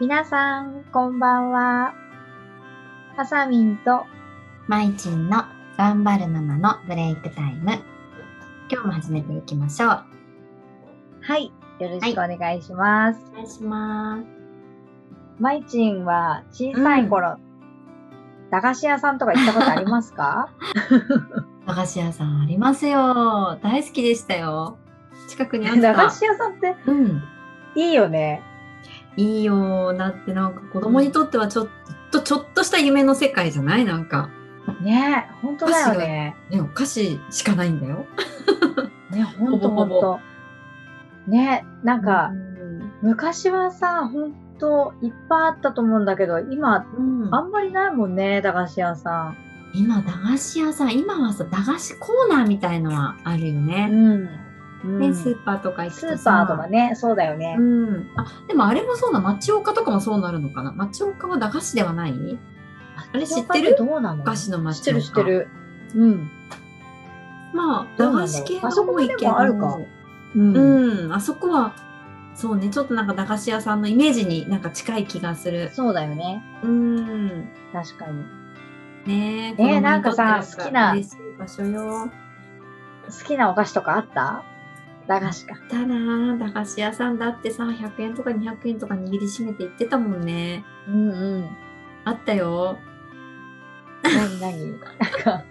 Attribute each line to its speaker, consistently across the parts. Speaker 1: 皆さん、こんばんは。あさみんと、
Speaker 2: まいちんの頑張るママのブレイクタイム。今日も始めていきましょう。
Speaker 1: はい、よろしくお願いします。
Speaker 2: お願いします。
Speaker 1: まいちんは小さい頃、駄菓子屋さんとか行ったことあります か
Speaker 2: 駄菓子屋さんありますよ。大好きでしたよ。近くにあっ
Speaker 1: 駄
Speaker 2: た。
Speaker 1: 菓子屋さんって
Speaker 2: うん。
Speaker 1: いいよね。
Speaker 2: いいよ。だってなんか子供にとってはちょっと、ちょっとした夢の世界じゃないなんか。
Speaker 1: ねえ、ほんとだよね。
Speaker 2: ね、お菓子しかないんだよ。
Speaker 1: ね、ほんとほ
Speaker 2: ほぼほ
Speaker 1: ん
Speaker 2: ぼ
Speaker 1: と。ねえ、なんか
Speaker 2: う、
Speaker 1: 昔はさ、ほんといっぱいあったと思うんだけど、今、
Speaker 2: ん、うん
Speaker 1: あんまりないもんね、駄菓子屋さ
Speaker 2: 今、駄菓子屋さん、今はさ、駄菓子コーナーみたいのはあるよ
Speaker 1: ん。
Speaker 2: ね。
Speaker 1: うん。う
Speaker 2: ね、
Speaker 1: ん
Speaker 2: スーパーとか行く
Speaker 1: ス
Speaker 2: と
Speaker 1: ー
Speaker 2: さ
Speaker 1: パーとかね、そうだよね。
Speaker 2: うん。あ、でもあれもそうな、町岡とかもそうなるのかな。町岡は駄菓子ではないあれ知ってる
Speaker 1: どうなの
Speaker 2: お菓子の町
Speaker 1: 知っ
Speaker 2: 岡。
Speaker 1: てる知って。る。うん。
Speaker 2: まあ、
Speaker 1: どう
Speaker 2: 駄
Speaker 1: なんだろう
Speaker 2: 菓子系
Speaker 1: あそ
Speaker 2: の
Speaker 1: こ
Speaker 2: 多
Speaker 1: ま
Speaker 2: い
Speaker 1: で
Speaker 2: けど。
Speaker 1: もあるかう。
Speaker 2: うんん、あそこは、そうね、ちょっとなんか駄菓子屋さんのイメージになんか近い気がする。
Speaker 1: そうだよね。
Speaker 2: うん。
Speaker 1: 確かに。
Speaker 2: ね
Speaker 1: えなんかさ好きな
Speaker 2: 嬉しい場所よ。
Speaker 1: 好きなお菓子とかあった駄菓子か。
Speaker 2: ただな、駄菓子屋さんだってさ、100円とか200円とか握りしめて行ってたもんね。
Speaker 1: うんうん。
Speaker 2: あったよ。
Speaker 1: なになになんか。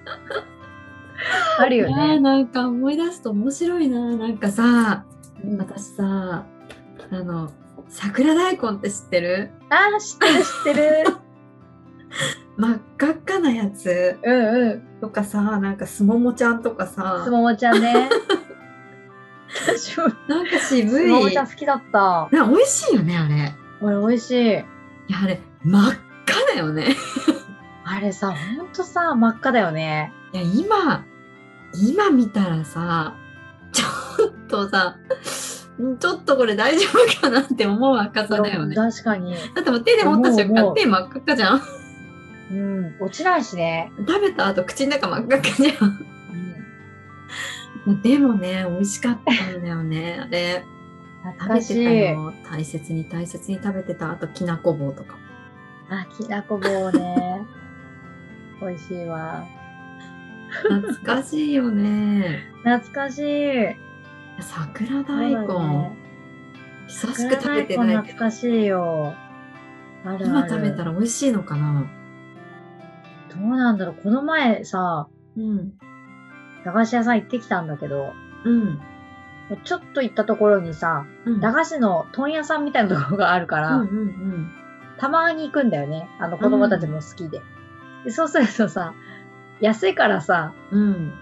Speaker 1: あるよ
Speaker 2: いやー
Speaker 1: ね。
Speaker 2: なんか思い出すと面白いな。なんかさ、
Speaker 1: うんあ
Speaker 2: 私さあの桜大根って知ってる
Speaker 1: ー、知ってる知って る。
Speaker 2: 真っ赤っかなやつ
Speaker 1: うんうん。
Speaker 2: とかさなんかすももちゃんとかさ
Speaker 1: すももちゃんね。私も
Speaker 2: なんか
Speaker 1: す
Speaker 2: 渋
Speaker 1: もも
Speaker 2: い
Speaker 1: ちゃん好きだった。
Speaker 2: な美味しいよねあれい
Speaker 1: あれ美味しい。
Speaker 2: やあれ真っ赤だよね
Speaker 1: あれさ、ほんとさ、真っ赤だよね。
Speaker 2: いや今今見たらさちょっとさんちょっとこれ大丈夫かなって思う赤さだよね
Speaker 1: 確かに。
Speaker 2: だってもう手で持った瞬
Speaker 1: 思う思
Speaker 2: 間
Speaker 1: う
Speaker 2: 手真っ赤っかじゃん
Speaker 1: うん。落ちないしね。
Speaker 2: 食べた後口の中真っ赤っかじ ゃん
Speaker 1: うん。
Speaker 2: でもね、美味しかったんだよね。あれ、食
Speaker 1: 懐
Speaker 2: べ
Speaker 1: か
Speaker 2: て
Speaker 1: したい。
Speaker 2: よ。大切に大切に食べてた。あと、きなこ棒とか。
Speaker 1: あ、きなこ棒ね。 美味しいわ。
Speaker 2: 懐かしいよ ね。
Speaker 1: 懐かしい。
Speaker 2: 桜大根、久しく食べて
Speaker 1: 大根
Speaker 2: ない
Speaker 1: 懐
Speaker 2: けど、
Speaker 1: かしいよ。あるあ
Speaker 2: 今
Speaker 1: る
Speaker 2: 食べたら美味しいのかな
Speaker 1: どうなんだろう。この前さ、
Speaker 2: うん。
Speaker 1: 駄菓子屋さん行ってきたんだけど、
Speaker 2: うん。
Speaker 1: ちょっと行ったところにさ、
Speaker 2: うん。
Speaker 1: 駄菓子の問屋さんみたいなところがあるから、
Speaker 2: うんうんうん。
Speaker 1: たまに行くんだよね。あの子供たちも好きで。でそうするとさ、安いからさ、
Speaker 2: うん。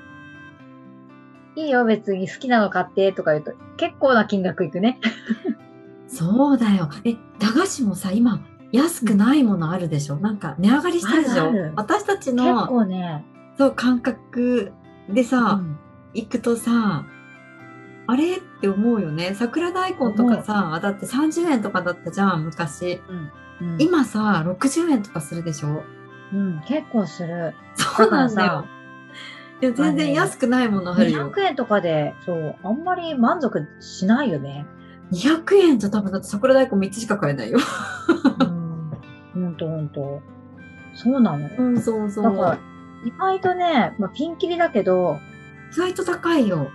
Speaker 1: いいよ別に好きなの買ってとか言うと、結構な金額いくね。
Speaker 2: そうだよ。え、駄菓子もさ、今、安くないものあるでしょなんか、値上がりしてるでし
Speaker 1: あ
Speaker 2: ょ
Speaker 1: るある
Speaker 2: 私たち
Speaker 1: 結
Speaker 2: の、
Speaker 1: 構ね。
Speaker 2: そう、感覚でさ、
Speaker 1: うん
Speaker 2: 行くとさあれって思うよね桜大根とかさだって30円とかだったじゃん昔
Speaker 1: うん
Speaker 2: 今さ60円とかするでしょ
Speaker 1: うん、結構する。
Speaker 2: そうなんだ
Speaker 1: だ
Speaker 2: よいや全然安くないものあるよ
Speaker 1: 200円とかで、そう、あんまり満足しないよね。
Speaker 2: 200円じゃ多分だって桜大根3つしか買えないよ
Speaker 1: うん、ほんとほんと。そうなのよ。
Speaker 2: うんそうそ
Speaker 1: だから
Speaker 2: う、
Speaker 1: 意外とね、まあ、ピンキリだけど、
Speaker 2: 意外と高いよ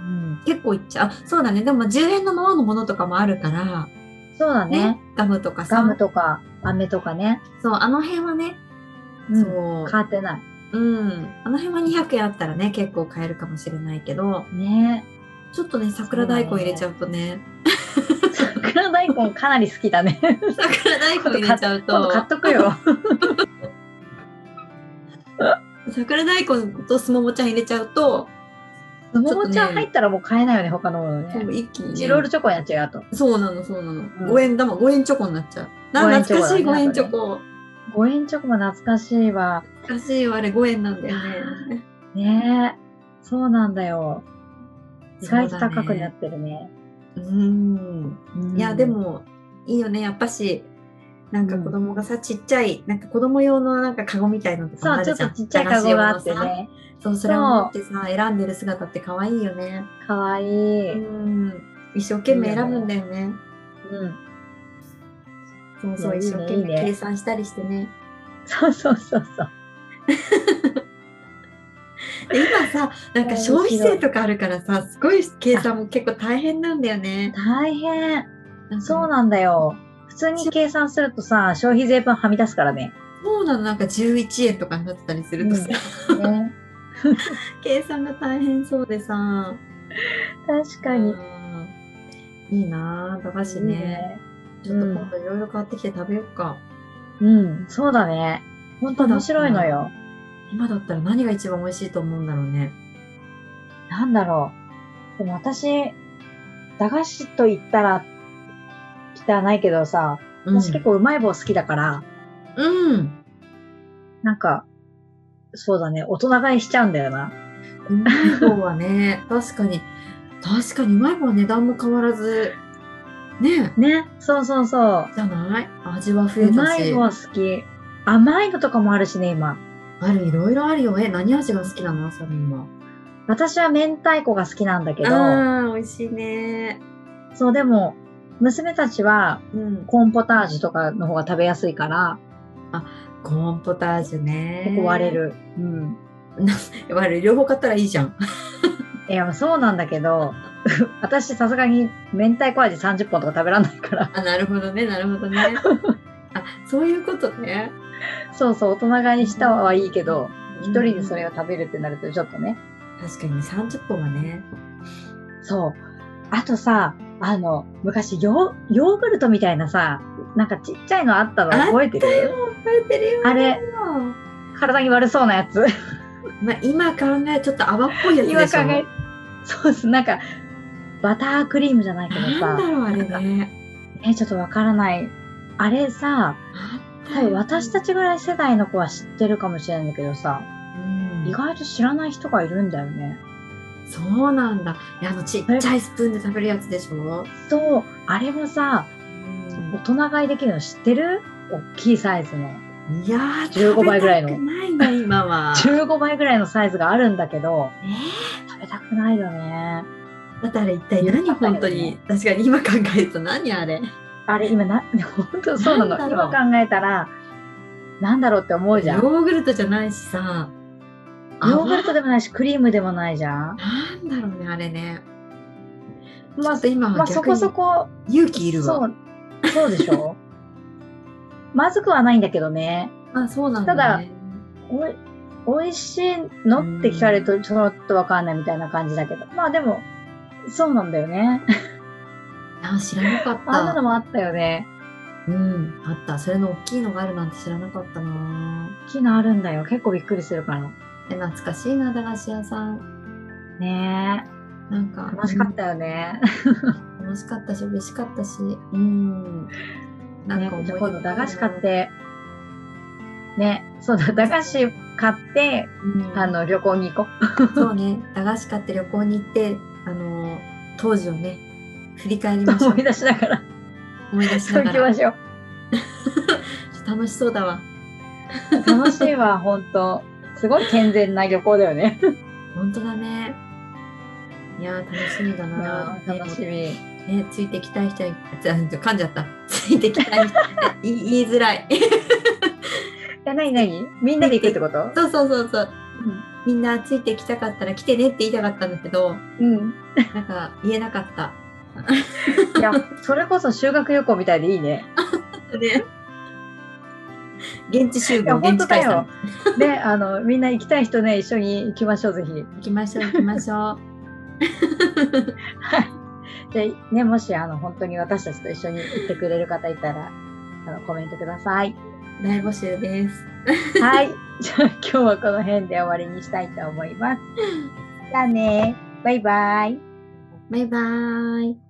Speaker 1: うん、
Speaker 2: 結構いっちゃうあそうだねでも10円のままのものとかもあるから
Speaker 1: そうだね。
Speaker 2: ねガムとか
Speaker 1: ガム
Speaker 2: さ
Speaker 1: とか、飴とかね。
Speaker 2: そうあの辺はね、
Speaker 1: うん。
Speaker 2: そう
Speaker 1: 買ってない。
Speaker 2: うん、あの辺は200円あったらね結構買えるかもしれないけど
Speaker 1: ね
Speaker 2: ちょっとね桜大根入れちゃうとね
Speaker 1: 桜大根かなり好きだね。
Speaker 2: 桜大根入れ ちゃう
Speaker 1: 今度
Speaker 2: と
Speaker 1: 買っとくよ。
Speaker 2: 桜大根とすももちゃん入れちゃうと
Speaker 1: ももちゃ
Speaker 2: ちょっと
Speaker 1: ん
Speaker 2: ね
Speaker 1: 入ったらもう買えないよね、他のもの
Speaker 2: そう
Speaker 1: ね。
Speaker 2: 一気に
Speaker 1: チロル
Speaker 2: ね
Speaker 1: チョコになっちゃうあと。
Speaker 2: そうなのそうなの
Speaker 1: ん
Speaker 2: 5円玉5円チョコになっちゃう
Speaker 1: 五
Speaker 2: な
Speaker 1: 円チョコ
Speaker 2: 懐か
Speaker 1: だね
Speaker 2: しい5円チョコ
Speaker 1: 5円チョコも懐かしいわ。
Speaker 2: 懐かしいよあれ5円なんだよね
Speaker 1: ねえ、そうなんだよ。意外と
Speaker 2: そうだね
Speaker 1: 高くなってるね。
Speaker 2: うん
Speaker 1: うん
Speaker 2: いやで、もいいよねやっぱしなんか子供がさ、ちっちゃいなんか子供用のなんかカゴみたいなのとかも
Speaker 1: そ
Speaker 2: あ
Speaker 1: う、ちょっ
Speaker 2: るじゃ
Speaker 1: と
Speaker 2: ん
Speaker 1: ちっちゃいカゴがあって
Speaker 2: 駄菓子用のさ
Speaker 1: ね。
Speaker 2: そうそれを持ってさ選んでる姿って可愛いよね
Speaker 1: かわいい。
Speaker 2: うん、一生懸命選ぶんだよね。
Speaker 1: うん。そうそう、
Speaker 2: いや
Speaker 1: 一生懸
Speaker 2: いいねいいね
Speaker 1: 命。
Speaker 2: 計算したりしてね。
Speaker 1: そうそうそうそう。
Speaker 2: で今さ、なんか消費税とかあるからさ、すごい計算も結構大変なんだよね。
Speaker 1: 大変。そう
Speaker 2: な
Speaker 1: なんだよ。普通に計算するとさ、消費税分はみ出すから ね。
Speaker 2: そうなの、なんか11円とかになってたりするとさ、
Speaker 1: ね
Speaker 2: 計算が大変そうでさ。
Speaker 1: 確かに。
Speaker 2: うんいいなぁ、駄菓子ね。ちょっと今度いろいろ買ってきて食べようか。
Speaker 1: うん、そうだね。ほんと面白いのよ。
Speaker 2: 今だったら何が一番美味しいと思うんだろうね。
Speaker 1: なんだろう。でも私、駄菓子と言ったら、汚いけどさ、
Speaker 2: うん
Speaker 1: 私結構うまい棒好きだから、
Speaker 2: うん。
Speaker 1: なんか、そうだね、大人買いしちゃうんだよな。
Speaker 2: うまい棒 はね、確かに、確かにうまい棒は値段も変わらず、ね
Speaker 1: ね、そうそうそう。
Speaker 2: じゃない味は増え
Speaker 1: うま
Speaker 2: た
Speaker 1: い
Speaker 2: し
Speaker 1: 棒。好き。甘いのとかもあるしね、今。
Speaker 2: あるいろいろあるよ。え、何味が好きなの朝には。
Speaker 1: 私は明太子が好きなんだけど、
Speaker 2: ああ、美味しいね。
Speaker 1: そうでも、娘たちは
Speaker 2: うん。
Speaker 1: コーンポタージュとかの方が食べやすいから、
Speaker 2: コーンポタージュね。
Speaker 1: 結構割れ。る。うん。
Speaker 2: 割れる。両方買ったらいいじゃん。
Speaker 1: いや、そうなんだけど、 私さすがに明太子味30本とか食べらんないから、
Speaker 2: あ、なるほどね、なるほどね。あ、そういうことね。
Speaker 1: そうそう、大人買いしたはいいけど、
Speaker 2: 一
Speaker 1: 一人でそれを食べるってなるとちょっとね。
Speaker 2: 確かに30本はね。
Speaker 1: そう。あとさ、あの、昔ヨー、ヨーグルトみたいなさ、なんかちっちゃいのあったの覚えてる
Speaker 2: 増えてるよ。
Speaker 1: あれ、体に悪そうなや つ。
Speaker 2: まあ、今考え、ちょっと泡っぽいやつでしょ。
Speaker 1: 今考え、そうです。なんか、バタークリームじゃないけど
Speaker 2: なんだ
Speaker 1: さ、
Speaker 2: ろう、あれね。
Speaker 1: え、ちょっとわからない。あれさ、多分私た
Speaker 2: ち、
Speaker 1: ちぐらい世代の子は知ってるかもしれないんだけどさ、
Speaker 2: うん
Speaker 1: 意外と知らない人がいるんだよね。
Speaker 2: そうなんだ。いや、あの、ちっちゃいスプーンで食べるやつでしょ。
Speaker 1: そう、あれもさ、大人買いできるの知ってる大きいサイズの。
Speaker 2: いやー、
Speaker 1: 15倍ぐらいの
Speaker 2: 食べたくないな、今は。
Speaker 1: 15倍ぐらいのサイズがあるんだけど、
Speaker 2: えー
Speaker 1: 食べたくないよね。
Speaker 2: だってあれ一体何
Speaker 1: よかったよね
Speaker 2: 本当に、確かに今考えると何あれ
Speaker 1: あれ、今な、本当そうなの。
Speaker 2: なんだろ
Speaker 1: 今
Speaker 2: う
Speaker 1: 考えたら、なんだろうって思うじゃん。ヨ
Speaker 2: ヨーグルトじゃないしさ
Speaker 1: ーグルトでもないし、クリームでもないじゃん。
Speaker 2: なんだろうね、あれね。
Speaker 1: まあ
Speaker 2: ちょっと今
Speaker 1: ま
Speaker 2: は
Speaker 1: あそ
Speaker 2: 逆
Speaker 1: こ
Speaker 2: に
Speaker 1: そこ、
Speaker 2: 勇気いる
Speaker 1: そ
Speaker 2: わ。
Speaker 1: う、そうでしょまずくはないんだけどね。
Speaker 2: あ、そうなんだ、ね。
Speaker 1: おい、美味しいのって聞かれるとちょっとわかんないみたいな感じだけど。まあでも、そうなんだよね。
Speaker 2: あ、知らなかっ
Speaker 1: あんなの
Speaker 2: た。
Speaker 1: もあったよね。
Speaker 2: うん、あった。それの大きいのがあるなんて知らなかったな。
Speaker 1: 大きいのあるんだよ。結構びっくりするから。
Speaker 2: え、懐かしいな、駄菓子屋さん。
Speaker 1: ね
Speaker 2: なん
Speaker 1: え。
Speaker 2: か、
Speaker 1: 楽しかったよね。
Speaker 2: うん。楽しかったし、嬉しかったし。うん。なん
Speaker 1: ね
Speaker 2: か思い
Speaker 1: じ
Speaker 2: 出
Speaker 1: ゃあ今度駄菓子買っ、て、ね、そうだ、駄菓子買って、
Speaker 2: うん
Speaker 1: あの、旅行に行こう。
Speaker 2: そうね、駄菓子買って旅行に行って、あの当時をね、振り返りましょう。
Speaker 1: 思い出しなが ら、
Speaker 2: 思い出し
Speaker 1: そ
Speaker 2: な
Speaker 1: う行
Speaker 2: が
Speaker 1: き
Speaker 2: ら。
Speaker 1: ま しょう。
Speaker 2: 楽しそうだわ。
Speaker 1: 楽しいわ、本当すごい健全な旅行だよね。
Speaker 2: 本当だね。いやー、楽しみだな。
Speaker 1: 楽しみ。
Speaker 2: み。ね、ついてきたい人は、じゃ噛んじゃった。ついてきたい人、言 い言いづらい。
Speaker 1: え、なになにみんなで行くってこと
Speaker 2: そうそうそうそう。みんなついてきたかったら来てねって言いたかったんだけど、
Speaker 1: うん。
Speaker 2: なんか言えなかった。
Speaker 1: いや、それこそ修学旅行みたいでいいね。
Speaker 2: ね。現地集
Speaker 1: いや、
Speaker 2: 合、
Speaker 1: 本
Speaker 2: 現
Speaker 1: 当
Speaker 2: 地
Speaker 1: だ
Speaker 2: 解散
Speaker 1: よ。。ね、あの、みんな行きたい人ね、一緒に行きましょう、ぜひ。
Speaker 2: 行きましょう、行きましょう。
Speaker 1: で、ね、もし、あの、本当に私たちと一緒に行ってくれる方いたら、あの、コメントください。
Speaker 2: 大募集です。
Speaker 1: はい。じゃあ今日はこの辺で終わりにしたいと思います。じゃあね。バイバイ。
Speaker 2: バイバーイ。